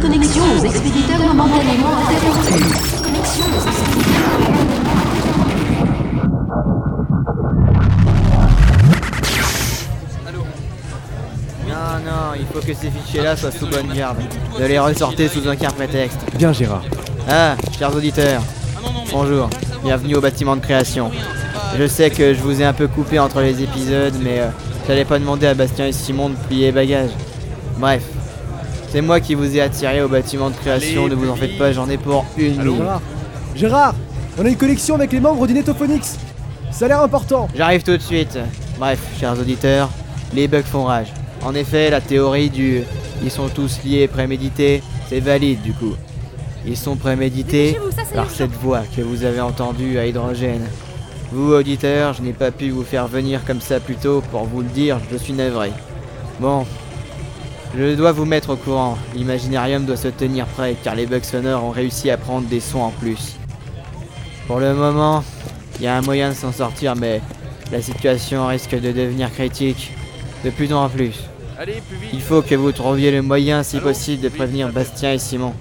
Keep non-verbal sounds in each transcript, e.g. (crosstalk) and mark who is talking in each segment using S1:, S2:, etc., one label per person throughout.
S1: Connexion aux expéditeurs momentanément interrompue. Connexion aux
S2: Non, non, il faut que ces fichiers-là soient sous bonne garde. Ne les ressortez sous aucun prétexte.
S3: Bien Gérard.
S2: Ah, chers auditeurs, bonjour, bienvenue au bâtiment de création. Je sais que je vous ai un peu coupé entre les épisodes, mais euh, j'allais pas demander à Bastien et Simon de plier bagages. Bref, c'est moi qui vous ai attiré au bâtiment de création, ne vous en faites pas, j'en ai pour une minute.
S3: Gérard. Gérard, on a une connexion avec les membres du Netophonix. Ça a l'air important.
S2: J'arrive tout de suite. Bref, chers auditeurs, les bugs font rage. En effet, la théorie du ils sont tous liés et prémédités, c'est valide du coup. Ils sont prémédités
S4: Dépêchez-vous, ça, c'est
S2: par
S4: urgent.
S2: cette voix que vous avez entendue à hydrogène. Vous, auditeurs, je n'ai pas pu vous faire venir comme ça plus tôt pour vous le dire, je suis navré. Bon, je dois vous mettre au courant. L'imaginarium doit se tenir prêt car les bugs sonores ont réussi à prendre des sons en plus. Pour le moment, il y a un moyen de s'en sortir, mais la situation risque de devenir critique de plus en plus.
S5: Allez, plus vite.
S2: Il faut que vous trouviez le moyen, si possible, de prévenir Bastien et Simon.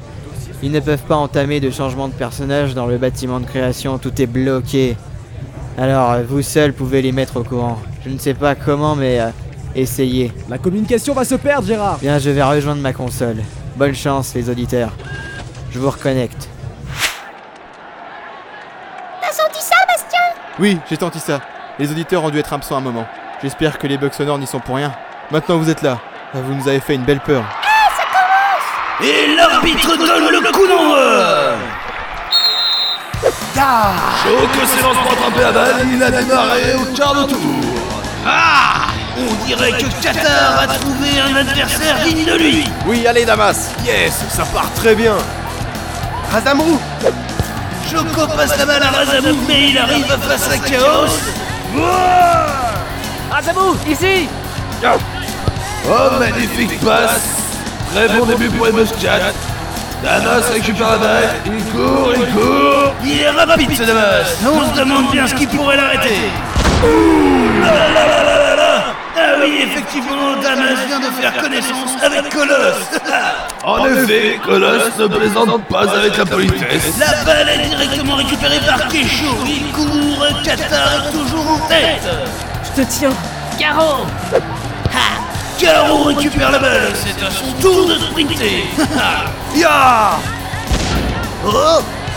S2: Ils ne peuvent pas entamer de changement de personnage dans le bâtiment de création, tout est bloqué. Alors, euh, vous seul pouvez les mettre au courant. Je ne sais pas comment, mais euh, essayez.
S3: La communication va se perdre, Gérard.
S2: Bien, je vais rejoindre ma console. Bonne chance, les auditeurs. Je vous reconnecte.
S4: T'as senti ça, Bastien
S5: Oui, j'ai tenté ça. Les auditeurs ont dû être absents un moment. J'espère que les bugs sonores n'y sont pour rien. Maintenant vous êtes là. Ah, Vous nous avez fait une belle peur.
S6: Et l'arbitre donne le coup d'envoi Choc s'élance pour attraper la balle, il a démarré au quart de tour Ah On dirait que Qatar a trouvé un adversaire digne de lui
S5: Oui, allez, Damas.
S6: Yes Ça part
S5: Très bien. Razamrou
S6: Choco passe la balle à Razamou, mais il arrive face à Chaos Ouah
S4: Azabou, ici
S6: Oh, magnifique passe Très bon début pour les Muscats Damas récupère la balle, il court, il court Il est rapide ce Damas On se demande bien ce qui pourrait l'arrêter Ouh là là là là là là Ah oui, effectivement, Damas vient de faire connaissance avec Colosse (laughs) En effet, Colosse ne plaisante pas avec la politesse La balle est directement récupérée par Kesho Il court, Qatar est toujours en tête
S4: Je te tiens. Caro
S6: Caro récupère la balle, c'est à son tour de sprinter. (laughs) ya Oh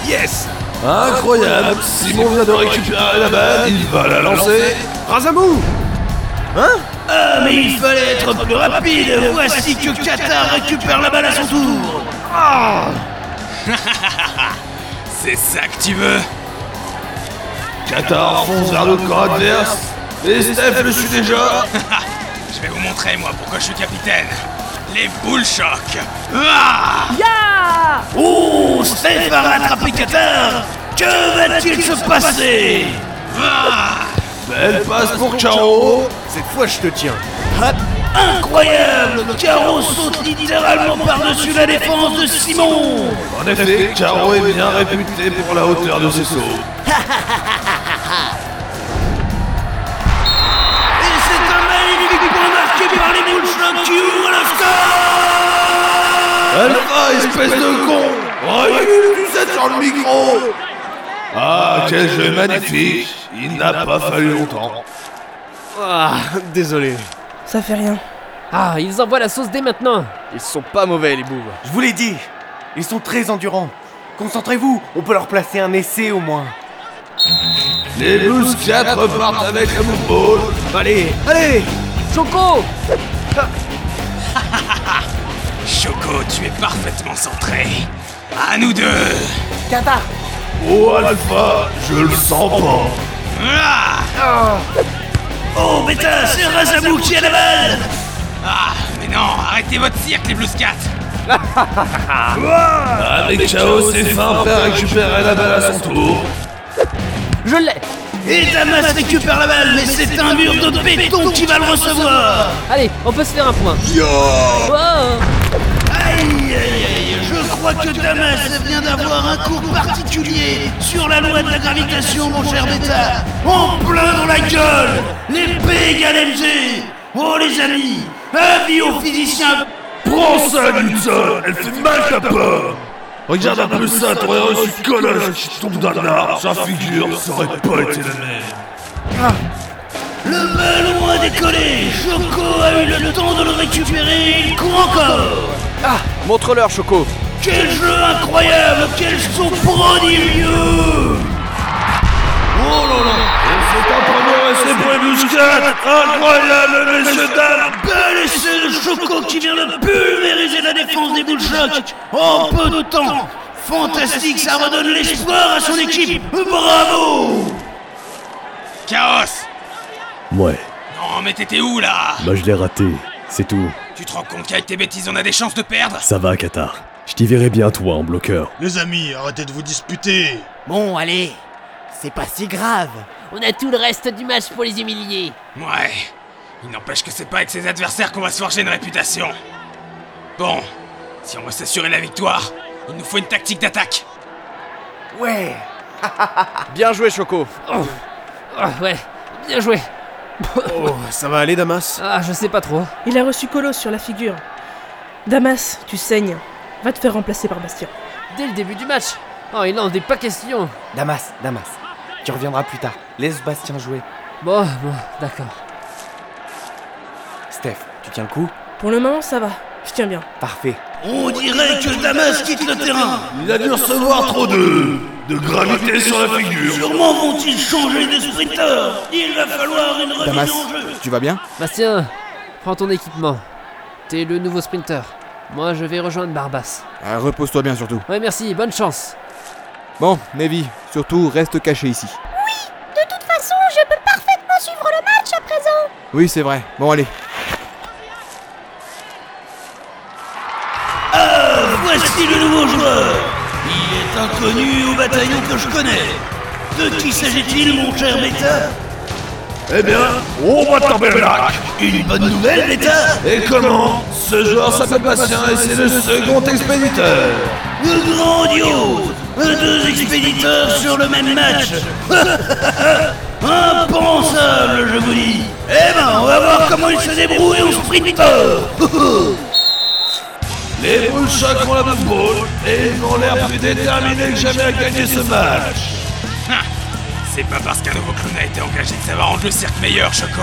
S6: Yes Incroyable Simon vient de récupérer la balle, il va la lancer. Razamou Hein Ah mais il fallait être plus rapide Voici que Qatar récupère la balle à son tour
S7: (laughs) C'est ça que tu veux
S6: Qatar fonce vers le corps adverse. Et Steph le suit déjà
S7: (laughs) Je vais vous montrer, moi, pourquoi je suis capitaine. Les boules chocs Ah
S6: Oh Steph va rattraper Qatar Que va-t-il se passer
S7: Ah
S6: Belle passe pour Caro
S5: Cette fois, je te tiens.
S6: Incroyable Caro saute littéralement par-dessus la défense de Simon En effet, Caro est bien réputé pour la hauteur de ses sauts. Et c'est un magnifique point marqué par les Bullshot qui ouvrent le score Alpha, espèce de con Recule du set sur le micro Ah, quel jeu magnifique Il n'a pas fallu longtemps.
S5: Ah, désolé.
S8: Ça fait rien.
S9: Ah, ils envoient la sauce dès maintenant
S5: Ils sont pas mauvais, les boubes.
S10: Je vous l'ai dit, ils sont très endurants. Concentrez-vous, on peut leur placer un essai au moins.
S6: Les Blues 4 repartent avec la ball. Allez,
S3: Allez,
S9: Choco
S7: Choco, tu es parfaitement centré. À nous deux
S8: Qatar
S6: oh Alpha, je le sens pas.
S7: Ah,
S6: Oh bêta, c'est Razamou qui a la balle
S7: Ah, mais non, arrêtez votre cirque, les Blues 4
S6: (laughs) Avec Chaos et Fin faire récupérer la balle à son tour.
S9: Je l'ai
S6: Et Damas récupère la balle, mais c'est un mur de béton qui va le recevoir
S9: Allez, on peut se faire un point Wow.
S6: Aïe aïe aïe, je crois que Damas vient d'avoir un cours particulier sur la loi de la gravitation, mon cher Beta. En plein dans la gueule L'épée égale MG Oh les amis Avis aux physiciens Prends ça, Newton Elle fait mal ta pomme Regarde un peu ça, t'aurais reçu colosse qui tombe d'un arbre Sa figure, ça aurait pas été la même Le ballon a décollé Choco a eu le temps de le récupérer, il court encore
S5: Montre-leur, Choco
S6: Quel jeu incroyable Quel son prodigieux Oh là là C'est un premier essai pour les Muscats Incroyable, messieurs, dames Bel essai de Choco qui vient de pulvériser la défense des Bullshots en peu de temps Fantastique, ça redonne l'espoir à son équipe Bravo
S7: Chaos
S8: Ouais,
S7: Non, mais t'étais où là
S8: bah je l'ai raté. C'est tout.
S7: Tu te rends compte qu'avec tes bêtises, on a des chances de perdre
S8: Ça va, Qatar. Je t'y verrai bien, toi, en bloqueur.
S11: Les amis, arrêtez de vous disputer
S4: Bon, allez C'est pas si grave On a tout le reste du match pour les humilier
S7: Ouais. Il n'empêche que c'est pas avec ses adversaires qu'on va se forger une réputation. Bon, si on veut s'assurer la victoire, il nous faut une tactique d'attaque.
S10: (laughs) Ouais
S5: Bien joué, Choco
S9: Ah, ouais, bien joué.
S10: Oh, ça va aller, Damas
S9: Ah, je sais pas trop.
S12: Il a reçu Colosse sur la figure. Damas, tu saignes. Va te faire remplacer par Bastien.
S9: Dès le début du match. Oh, il n'en est pas question.
S10: Damas, Damas. Tu reviendras plus tard. Laisse Bastien jouer.
S9: Bon, bon, d'accord.
S10: Steph, tu tiens le coup
S12: Pour le moment, ça va. Je tiens bien.
S10: Parfait.
S6: On dirait que Damas quitte le terrain Il a dû recevoir trop de... de gravité sur la figure Sûrement vont-ils changer de sprinter Il va falloir une remise
S5: Damas,
S6: en jeu
S5: tu vas bien
S13: Bah,
S9: Bastien, prends ton équipement. T'es le nouveau sprinter. Moi, je vais rejoindre Barbas.
S5: Ah, Repose-toi bien, surtout.
S9: Ouais, merci, bonne chance.
S5: Bon, Navy, surtout, reste caché ici.
S4: De toute façon, je peux parfaitement suivre le match à présent
S5: Oui, c'est vrai. Bon, allez.
S6: Voici le nouveau joueur Il est inconnu au bataillon que je connais De qui s'agit-il, mon cher Beta Eh bien, on va tomber là Une bonne nouvelle, Beta Et comment Ce joueur s'appelle Bastien et c'est le second expéditeur Grandiose Deux expéditeurs sur le même match (laughs) Impensable, je vous dis Eh ben, on va voir comment il se débrouille au sprinter Les Bullshocks ont la même ball et ils ont l'air plus déterminés que jamais à gagner ce match.
S7: Ah, C'est pas parce qu'un nouveau clown a été engagé que ça va rendre le cirque meilleur, Choco.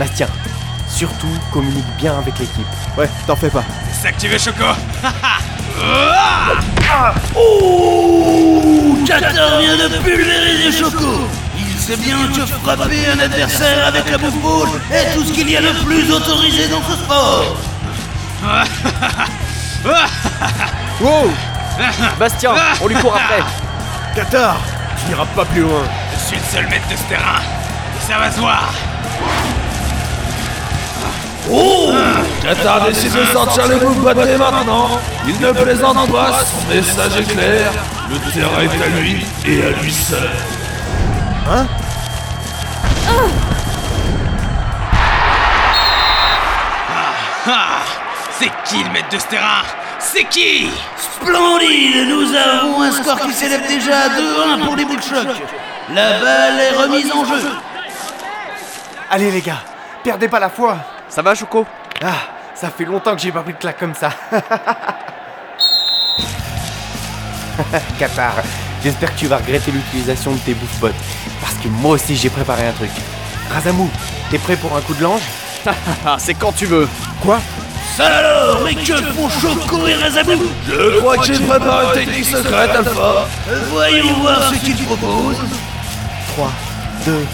S10: Bastien, surtout communique bien avec l'équipe.
S5: Ouais, t'en fais pas.
S7: C'est ça que tu veux,
S6: (laughs)
S7: Choco
S6: Ouh Oh, Qatar vient de pulvériser Choco Il sait bien que frapper un adversaire avec la bouffe ball est tout ce qu'il y a le plus autorisé dans ce sport.
S2: (laughs) Wow Bastien, on lui court après
S10: Qatar Tu n'iras pas plus loin.
S7: Je suis le seul maître de ce terrain. Et ça va se voir.
S6: Oh Qatar décide de sortir le bouffe batté maintenant. Il ne plaisante pas, son message est clair. Le terrain est à lui et à lui seul. Hein
S7: Ah, C'est qui le maître de ce terrain C'est qui
S6: Splendide Nous avons un score qui s'élève déjà à 2-1 pour les boules de choc. La balle est remise en jeu.
S10: Allez, les gars, perdez pas la foi.
S5: Ça va, Choco
S10: Ah, ça fait longtemps que j'ai pas pris de claque comme ça. (laughs) Qatar, j'espère que tu vas regretter l'utilisation de tes bouffe bottes. Parce que moi aussi j'ai préparé un truc. Razamou, t'es prêt pour un coup de lange
S5: (laughs) Ah, c'est quand tu veux. Quoi
S6: Alors, mais que font Choco et Razabou Je crois que j'ai préparé une technique secrète à fort. Voyons voir ce qu'ils proposent.
S10: 3, 2,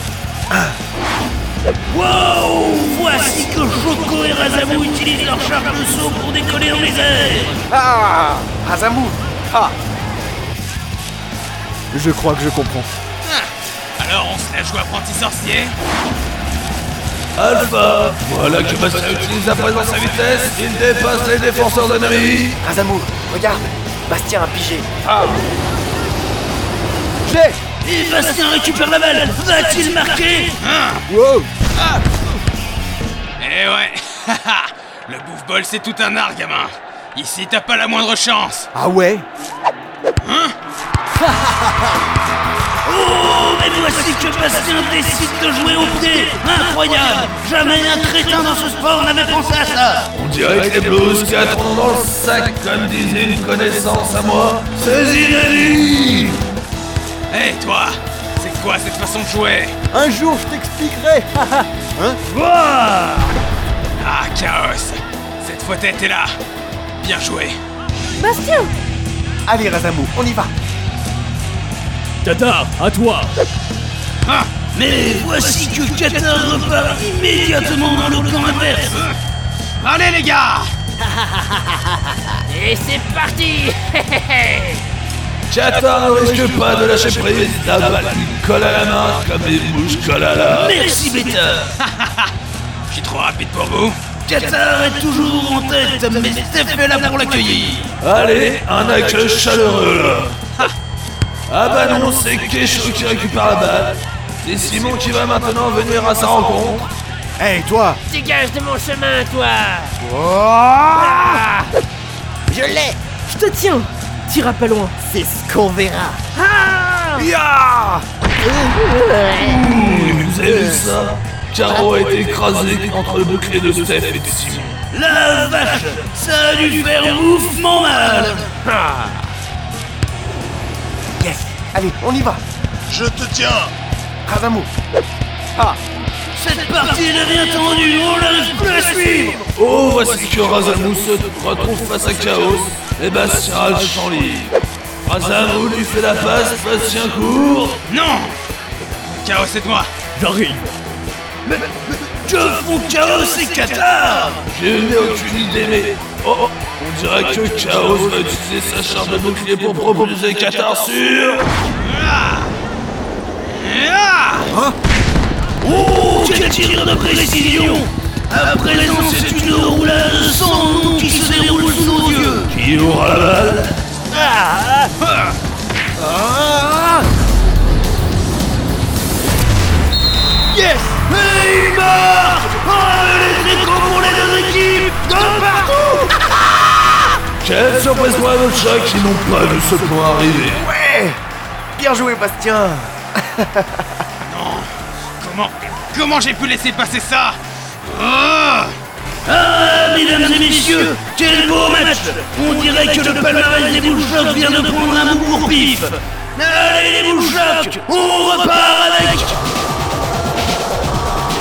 S6: Wow Voici que Choco et Razabou utilisent leur charge de saut pour décoller en les airs.
S10: ah Razamou
S5: Je crois que je comprends.
S7: Alors on se la joue apprenti sorcier
S6: Alpha Voilà que Bastien utilise à présent sa vitesse. Il dépasse les défenseurs ennemis.
S10: Razamou, regarde Bastien a pigé.
S6: Et Bastien récupère la balle. Va-t-il marquer
S7: Oh Eh ouais (laughs) Le bouffe-bol, c'est tout un art, gamin Ici, t'as
S10: Ah
S7: pas la moindre chance
S5: Ah ouais
S6: Oh, mais voici que Bastien décide de jouer au pied Incroyable Jamais un crétin dans ce sport n'avait pensé à ça
S7: On
S6: dirait que les Blues 4 ont dans le sac, comme disait une connaissance à moi. C'est Zinedine
S7: Hé, toi C'est quoi cette façon de jouer
S2: Un jour, je t'expliquerai (laughs) Hein
S7: Ah, Chaos Cette fois, t'es là Bien joué
S12: Bastien
S10: Allez, Razamou, on y va
S14: Tatar, à toi
S6: Ah, Mais voici que Qatar repart immédiatement dans le camp inverse
S7: Allez, les gars
S4: (laughs) Et c'est
S6: (laughs)
S4: parti
S6: Qatar ne risque pas de lâcher prise, la balle lui colle à la main comme des mouches collent à la... Merci, Beta
S7: (laughs) Je suis trop rapide pour vous
S6: Qatar est toujours en tête, mais Steph est là pour l'accueillir
S7: Allez,
S6: un accueil chaleureux, là
S7: (laughs)
S6: Ah bah non, c'est Kesho qui récupère la balle. C'est Simon qui va maintenant venir à sa rencontre.
S10: Hé, toi
S4: Dégage de mon chemin, toi
S10: Je l'ai
S12: Je te tiens T'iras pas loin
S10: C'est ce qu'on verra
S6: Ah Vous avez vu ça Caro a été écrasé entre le bouclier de Steph et de Simon. La vache Ça a dû faire mouvement mal
S10: Yes Allez, on y va
S11: Je te tiens
S10: Razamou Ah
S6: Cette partie devient tendue, on n'arrive plus à suivre Oh, voici que Razamou se retrouve face à Chaos Eh et Bastien a le champ libre. Razamou lui fait la face, Bastien court.
S7: Non Chaos, c'est moi
S14: J'arrive
S6: Mais, mais que font Chaos et Qatar J'ai eu aucune idée, mais. Oh, oh, on dirait que Chaos va utiliser sa charge de bouclier pour propulser Qatar sur. Hein Oh, quel tir de précision À présent, c'est une roulade sans nom qui se déroule sous nos yeux. Qui aura la balle Ah Yes Et il marque Oh, les échos pour les deux équipes De partout (laughs) Quelle surprise pour nos chats qui n'ont pas vu ce point arriver
S10: Ouais Bien joué,
S7: (laughs)
S10: Bastien
S7: Comment Comment j'ai pu laisser passer ça
S6: Ah, mesdames et messieurs, quel beau match On dirait que le palmarès des Bullshocks vient de prendre un coup pour pif Allez les Bullshocks, on repart avec...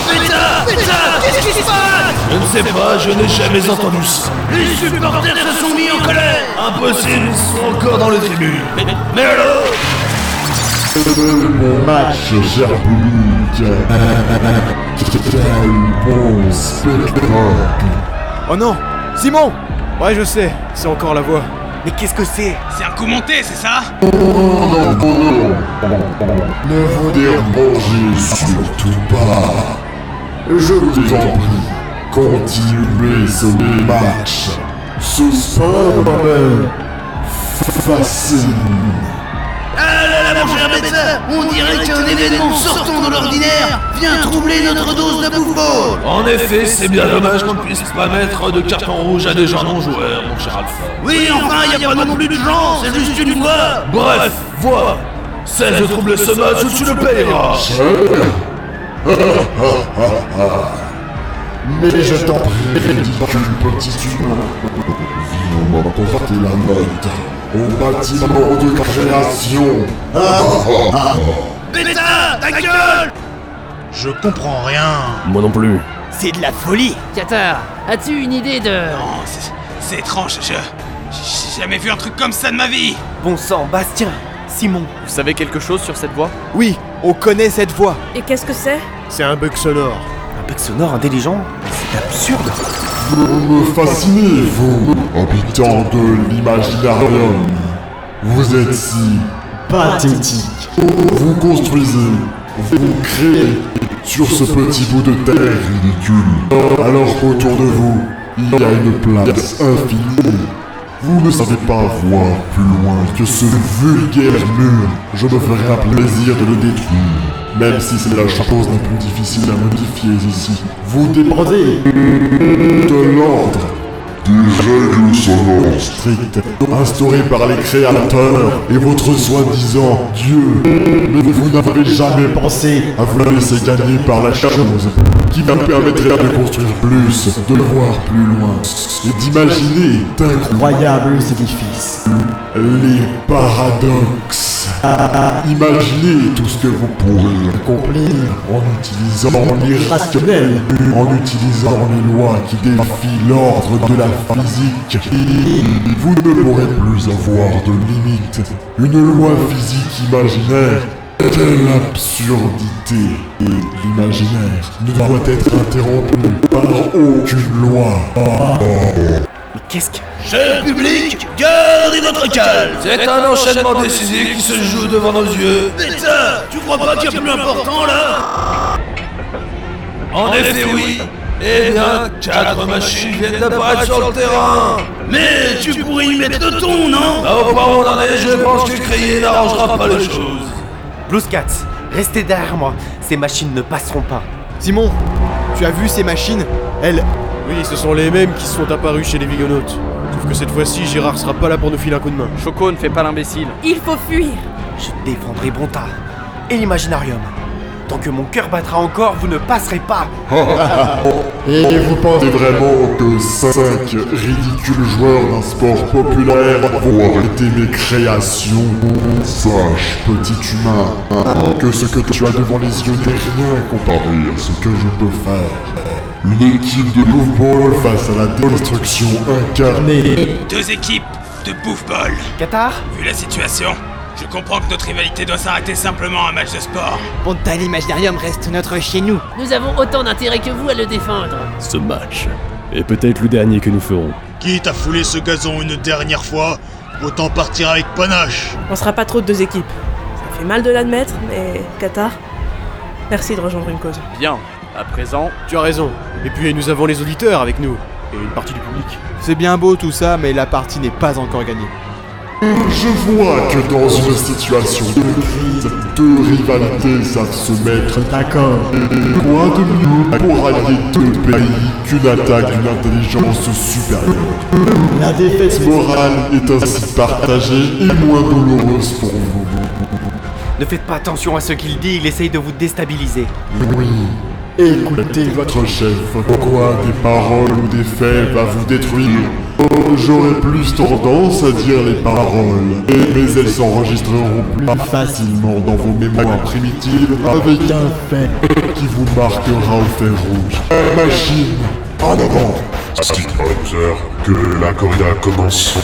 S6: Pétard Pétard Qu'est-ce qui se passe
S7: Je ne sais
S6: pas, je n'ai jamais entendu ça. Les supporters se sont mis en colère Impossible, ils sont encore dans les tribunes Mais, mais alors
S15: Mon match, cher public. Quel bon spectacle.
S5: Oh non Simon Ouais, je sais, c'est encore la voix.
S10: Mais qu'est-ce que c'est
S7: C'est un coup monté, c'est ça
S15: Oh non, non, non. Ne vous dérangez surtout pas. Je vous en prie, continuez ce match. Ce sport me fascine.
S6: Ah là là, mon cher médecin On dirait qu'un événement sortant de l'ordinaire vient troubler notre dose de bouffon
S7: En effet, c'est bien dommage qu'on ne
S6: puisse
S7: pas mettre de carton rouge à des gens non joueurs, mon cher Alpha.
S6: Oui, enfin, il n'y a pas non plus de gens, c'est juste une voix
S7: Bref, voilà
S6: Cesse de troubler ce match ou tu le payeras
S15: Ah, ah, ah, ah. Mais je t'en prie, ridicule petit humain. Viens m'apporter la note au bâtiment de création. Ah, ah, ah.
S6: Bêta, ta gueule
S11: Je comprends rien
S8: Moi non plus.
S4: C'est de la folie Qatar, as-tu une idée de...
S7: Non, c'est- c'est étrange, je... J'ai jamais vu un truc comme ça de ma vie
S10: Bon sang, Bastien Simon
S5: Vous savez quelque chose sur cette voix
S10: Oui, on connaît cette voix
S12: Et qu'est-ce que c'est
S10: C'est un bug sonore. Un bug sonore intelligent C'est absurde
S8: Ah,
S15: Vous me fascinez, vous, habitants de l'imaginarium. Vous êtes si pathétique. Vous construisez, vous créez sur ce petit bout de terre ridicule. Alors qu'autour de vous, il y a une place infinie. Vous ne savez pas voir plus loin que ce vulgaire mur. Je me ferai un plaisir de le détruire. Même si c'est la chose la plus difficile à modifier ici. Vous dépendez de l'ordre, des règles sonores strictes instaurées par les créateurs et votre soi-disant Dieu. Mais vous n'avez jamais pensé à vous laisser gagner par la chose qui vous permettra de construire plus, de voir plus loin et d'imaginer d'incroyables édifices. Les paradoxes. Imaginez tout ce que vous pourrez accomplir en utilisant l'irrationnel, en utilisant les lois qui défient l'ordre de la physique. Vous ne pourrez plus avoir de limite. Une loi physique imaginaire. Quelle absurdité L'imaginaire ne doit être interrompu par aucune loi.
S10: Mais qu'est-ce que...
S6: Cher public, gardez votre calme C'est un enchaînement décisif qui se joue devant nos yeux. Putain, tu crois pas qu'il y a plus important là En effet, oui. Eh bien, quatre machines viennent d'apparaître sur le terrain. Mais tu pourrais y mettre le ton, non Bah, au point où on en est, je pense que créer n'arrangera pas les choses.
S10: Blues Cats, restez derrière moi. Ces machines ne passeront pas.
S5: Simon, tu as vu ces machines Elles...
S14: Oui, ce sont les mêmes qui sont apparus chez les Vigonautes. Sauf que cette fois-ci, Gérard sera pas là pour nous filer un coup de main.
S16: Choco ne fait pas l'imbécile.
S12: Il faut fuir
S10: Je défendrai Bonta et l'Imaginarium. Tant que mon cœur battra encore, vous ne passerez pas.
S15: Et vous pensez vraiment que 5 ridicules joueurs d'un sport populaire vont arrêter mes créations Sache, petit humain, que ce que tu as devant les yeux n'est rien comparé à ce que je peux faire. Une équipe de football face à la destruction incarnée.
S7: Deux équipes de bouffe-bol.
S10: Qatar
S7: Vu la situation, je comprends que notre rivalité doit s'arrêter simplement à un match de sport.
S4: Ponta l'Imaginarium reste notre chez nous. Nous avons autant d'intérêt que vous à le défendre.
S8: Ce match est peut-être le dernier que nous ferons.
S11: Quitte à fouler ce gazon une dernière fois, autant partir avec panache.
S12: On sera pas trop de deux équipes. Ça fait mal de l'admettre, mais Qatar, merci de rejoindre une cause.
S16: Bien, à présent,
S14: Tu as raison. Et puis nous avons les auditeurs avec nous. Et une partie du public.
S5: C'est bien beau tout ça, mais la partie n'est pas encore gagnée.
S15: Je vois que dans une situation de crise, deux rivalités savent se mettre d'accord. Et Quoi de mieux pour allier deux pays qu'une attaque d'une intelligence supérieure La défaite morale est ainsi partagée et moins douloureuse pour vous.
S10: Ne faites pas attention à ce qu'il dit, il essaye de vous déstabiliser.
S15: Oui, écoutez votre chef. Pourquoi des paroles ou des faits va vous détruire Oh, J'aurais plus tendance à dire les paroles, et- mais elles s'enregistreront plus facilement dans vos mémoires primitives avec un fait qui vous marquera au fer rouge. Un machine en avant
S17: que la corrida commence.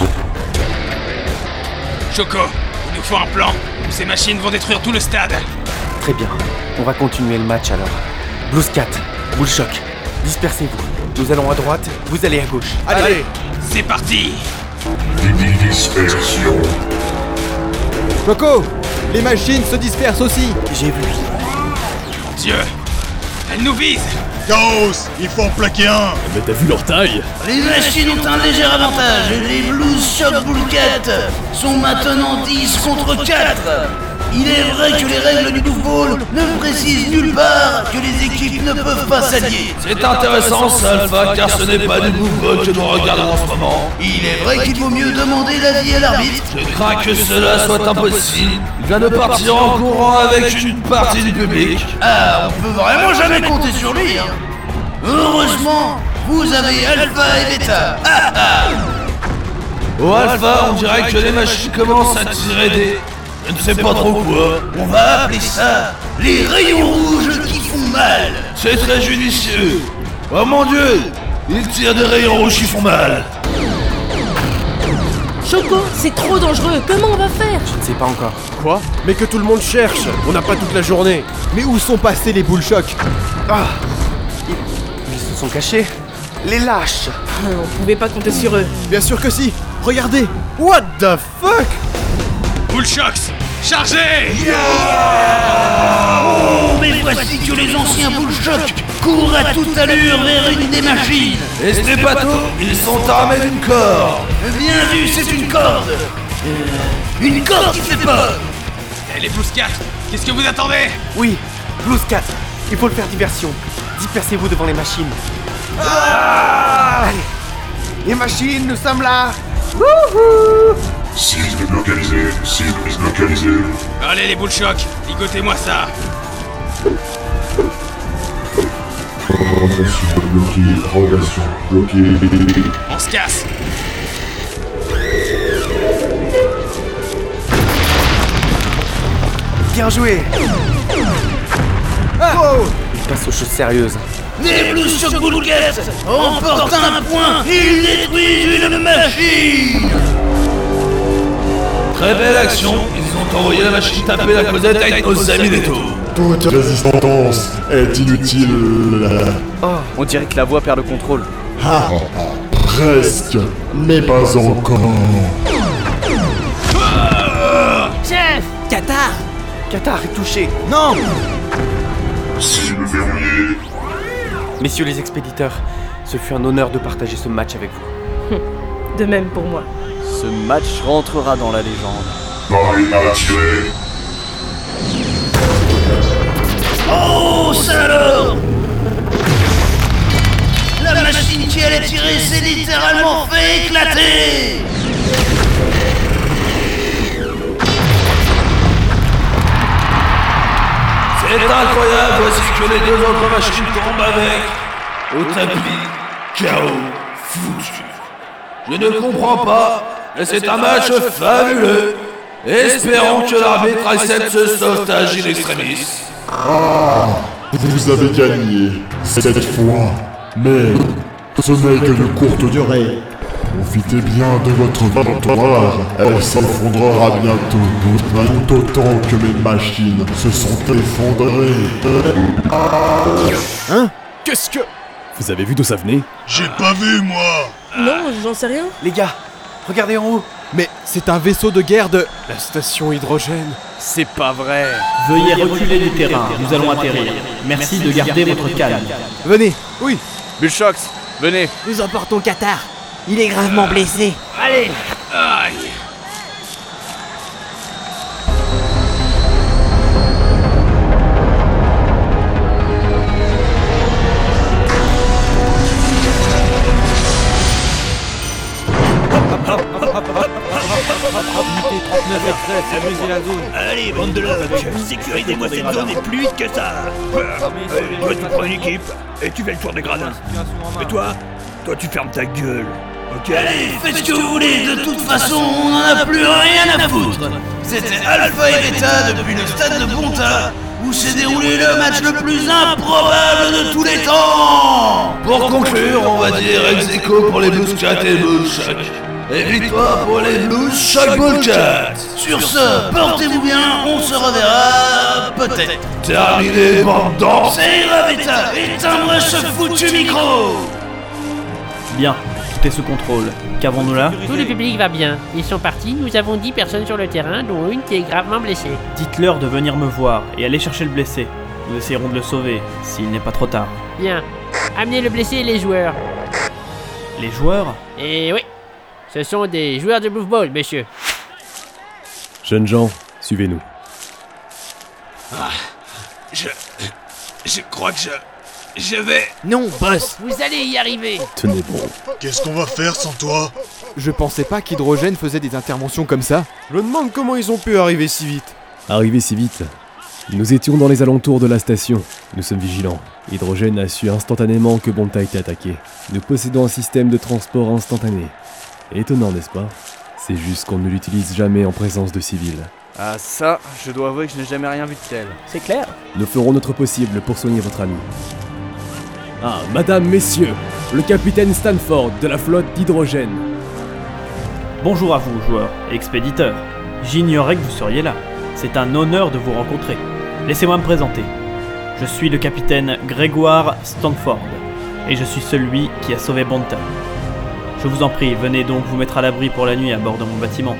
S7: Choco, il nous faut un plan. ou Ces machines vont détruire tout le stade.
S10: Très Eh bien, on va continuer le match alors. Blues Cat, Boule Choc, dispersez-vous. Nous allons à droite, vous allez à gauche.
S7: Allez, c'est parti
S17: Dispersion.
S5: Choco Les machines se dispersent aussi
S10: J'ai vu.
S7: Dieu, elles nous visent
S11: Chaos, il faut en plaquer un.
S8: Mais t'as vu leur taille
S6: Les machines ont un léger avantage. Les Blues Shock Bullcat sont maintenant 10 contre 4. Il est vrai que les règles du football ne précisent nulle part que les équipes ne peuvent pas s'allier.
S17: C'est intéressant, ça, Alpha, car ce n'est pas du
S6: football que nous regardons en ce moment. Il est vrai qu'il vaut mieux demander l'avis à l'arbitre. Je crains que cela soit impossible. Il vient de partir en courant avec une partie du public. Ah, on peut vraiment jamais compter sur lui. hein. Heureusement, vous avez Alpha et Beta. Ah, ah. Au Alpha, on dirait que les machines commencent à tirer des... Je ne sais pas trop quoi. On va appeler ça les rayons rouges qui font mal. C'est très judicieux. Oh mon dieu Ils tirent des rayons rouges qui font mal.
S12: Choco, c'est trop dangereux, comment on va faire
S10: Je ne sais pas encore.
S14: Quoi Mais que tout le monde cherche On n'a pas toute la journée
S5: Mais où sont passés les boules choc
S10: Ah Ils se sont cachés Les lâches
S12: On pouvait pas compter sur eux.
S5: Bien sûr que si Regardez What the fuck
S7: Bullshocks, chargez
S6: Oh, mais voici que les anciens bullshocks courent à toute allure vers une des machines. Et ce n'est pas tout, ils sont armés d'une corde. Bien vu, c'est une corde. Une corde qui fait peur.
S7: Eh les Blues Cats, qu'est-ce que vous attendez
S10: Oui, Blues Cat, il
S14: Ah
S10: faut le faire diversion. Dispersez-vous devant les machines. Allez Les machines, nous sommes là Wouhou
S17: Cible localisée, cible localisée.
S7: Allez les boules choc, ligotez-moi ça
S15: Intervention bloquée, interrogation bloquée.
S7: On se casse
S10: Bien joué Ah. Wow Il passe aux choses sérieuses.
S6: Les Blues sur Goulguette emportent un point, ils détruisent une machine Très belle action, ils ont envoyé la machine taper la causette avec nos amis des tours.
S15: Toute résistance est inutile.
S16: Oh, on dirait que la voix perd le contrôle.
S15: Ah, presque, mais pas encore.
S4: Chef Qatar
S10: Qatar est touché Non
S17: Cible verrouillée.
S10: Messieurs les expéditeurs, ce fut un honneur de partager ce match avec vous.
S12: De même pour moi.
S16: Ce match rentrera dans la légende.
S17: Paris attiré.
S6: Oh, ça alors La machine qui allait tirer s'est littéralement fait éclater C'est incroyable, voici que les deux autres machines tombent avec. Au tapis, chaos, foutu. Je ne comprends pas, mais c'est un match fabuleux. Espérons que l'arbitre accepte ce sauvetage in extremis.
S15: Ah, vous avez gagné cette fois, mais ce n'est que de courte durée. Profitez bien de votre victoire, elle s'effondrera bientôt, tout autant que mes machines se sont effondrées.
S8: Hein
S11: Qu'est-ce que.
S8: Vous avez vu d'où ça venait
S11: J'ai pas vu, moi
S12: Non, j'en sais rien.
S10: Les gars, regardez en haut
S5: Mais c'est un vaisseau de guerre de.
S14: La station hydrogène.
S16: C'est pas vrai.
S18: Veuillez reculer du terrain, nous allons atterrir. Merci de garder votre calme.
S5: Venez Oui
S16: Bullshox, venez.
S4: Nous emportons Qatar. Il est gravement blessé.
S7: Allez Aïe
S6: Allez, bande de lobes, sécurisez-moi cette zone et plus vite que ça Allez, Moi, tu prends une équipe et tu fais le tour des gradins. Et toi Toi, tu fermes ta gueule. Ok Allez, faites ce que vous voulez, de toute façon, on n'en a plus rien à foutre C'était Alpha et Beta depuis le stade de Bonta, où s'est déroulé le match le plus improbable de tous les temps Pour conclure, on va dire ex aequo pour les Blues Cat et Blues Shack. Et victoire pour les Blues Shack Blues Cat. Sur ce, portez-vous bien, on se reverra peut-être Terminé, bande d'enfants C'est Raveta, éteins-moi ce foutu micro
S18: Bien, quittez ce contrôle. Qu'avons-nous là
S13: Tout le public va bien. Ils sont partis, nous avons 10 personnes sur le terrain, dont une qui est gravement blessée.
S18: Dites-leur de venir me voir et aller chercher le blessé. Nous essayerons de le sauver, s'il n'est pas trop tard.
S13: Bien. Amenez le blessé et les joueurs.
S18: Les joueurs
S13: Et oui, ce sont des joueurs de Blue Ball, messieurs.
S8: Jeunes gens, suivez-nous.
S7: Ah, Je. Je crois que je. Je vais.
S4: Non, boss
S13: Vous allez y arriver
S8: Tenez bon.
S11: Qu'est-ce qu'on va faire sans toi
S5: Je pensais pas qu'Hydrogène faisait des interventions comme ça.
S14: Je me demande comment ils ont pu arriver si vite.
S8: Arrivé si vite. Nous étions dans les alentours de la station. Nous sommes vigilants. Hydrogène a su instantanément que Bonta était attaqué. Nous possédons un système de transport instantané. Étonnant, n'est-ce pas C'est juste qu'on ne l'utilise jamais en présence de civils.
S16: Ah ça, je dois avouer que je n'ai jamais rien vu de tel.
S13: C'est clair
S8: Nous ferons notre possible pour soigner votre ami. Ah, madame, messieurs, le capitaine Stanford de la flotte d'hydrogène.
S18: Bonjour à vous, joueurs et expéditeurs. J'ignorais que vous seriez là. C'est un honneur de vous rencontrer. Laissez-moi me présenter. Je suis le capitaine Grégoire Stanford, et je suis celui qui a sauvé Bonta. Je vous en prie, venez donc vous mettre à l'abri pour la nuit à bord de mon bâtiment.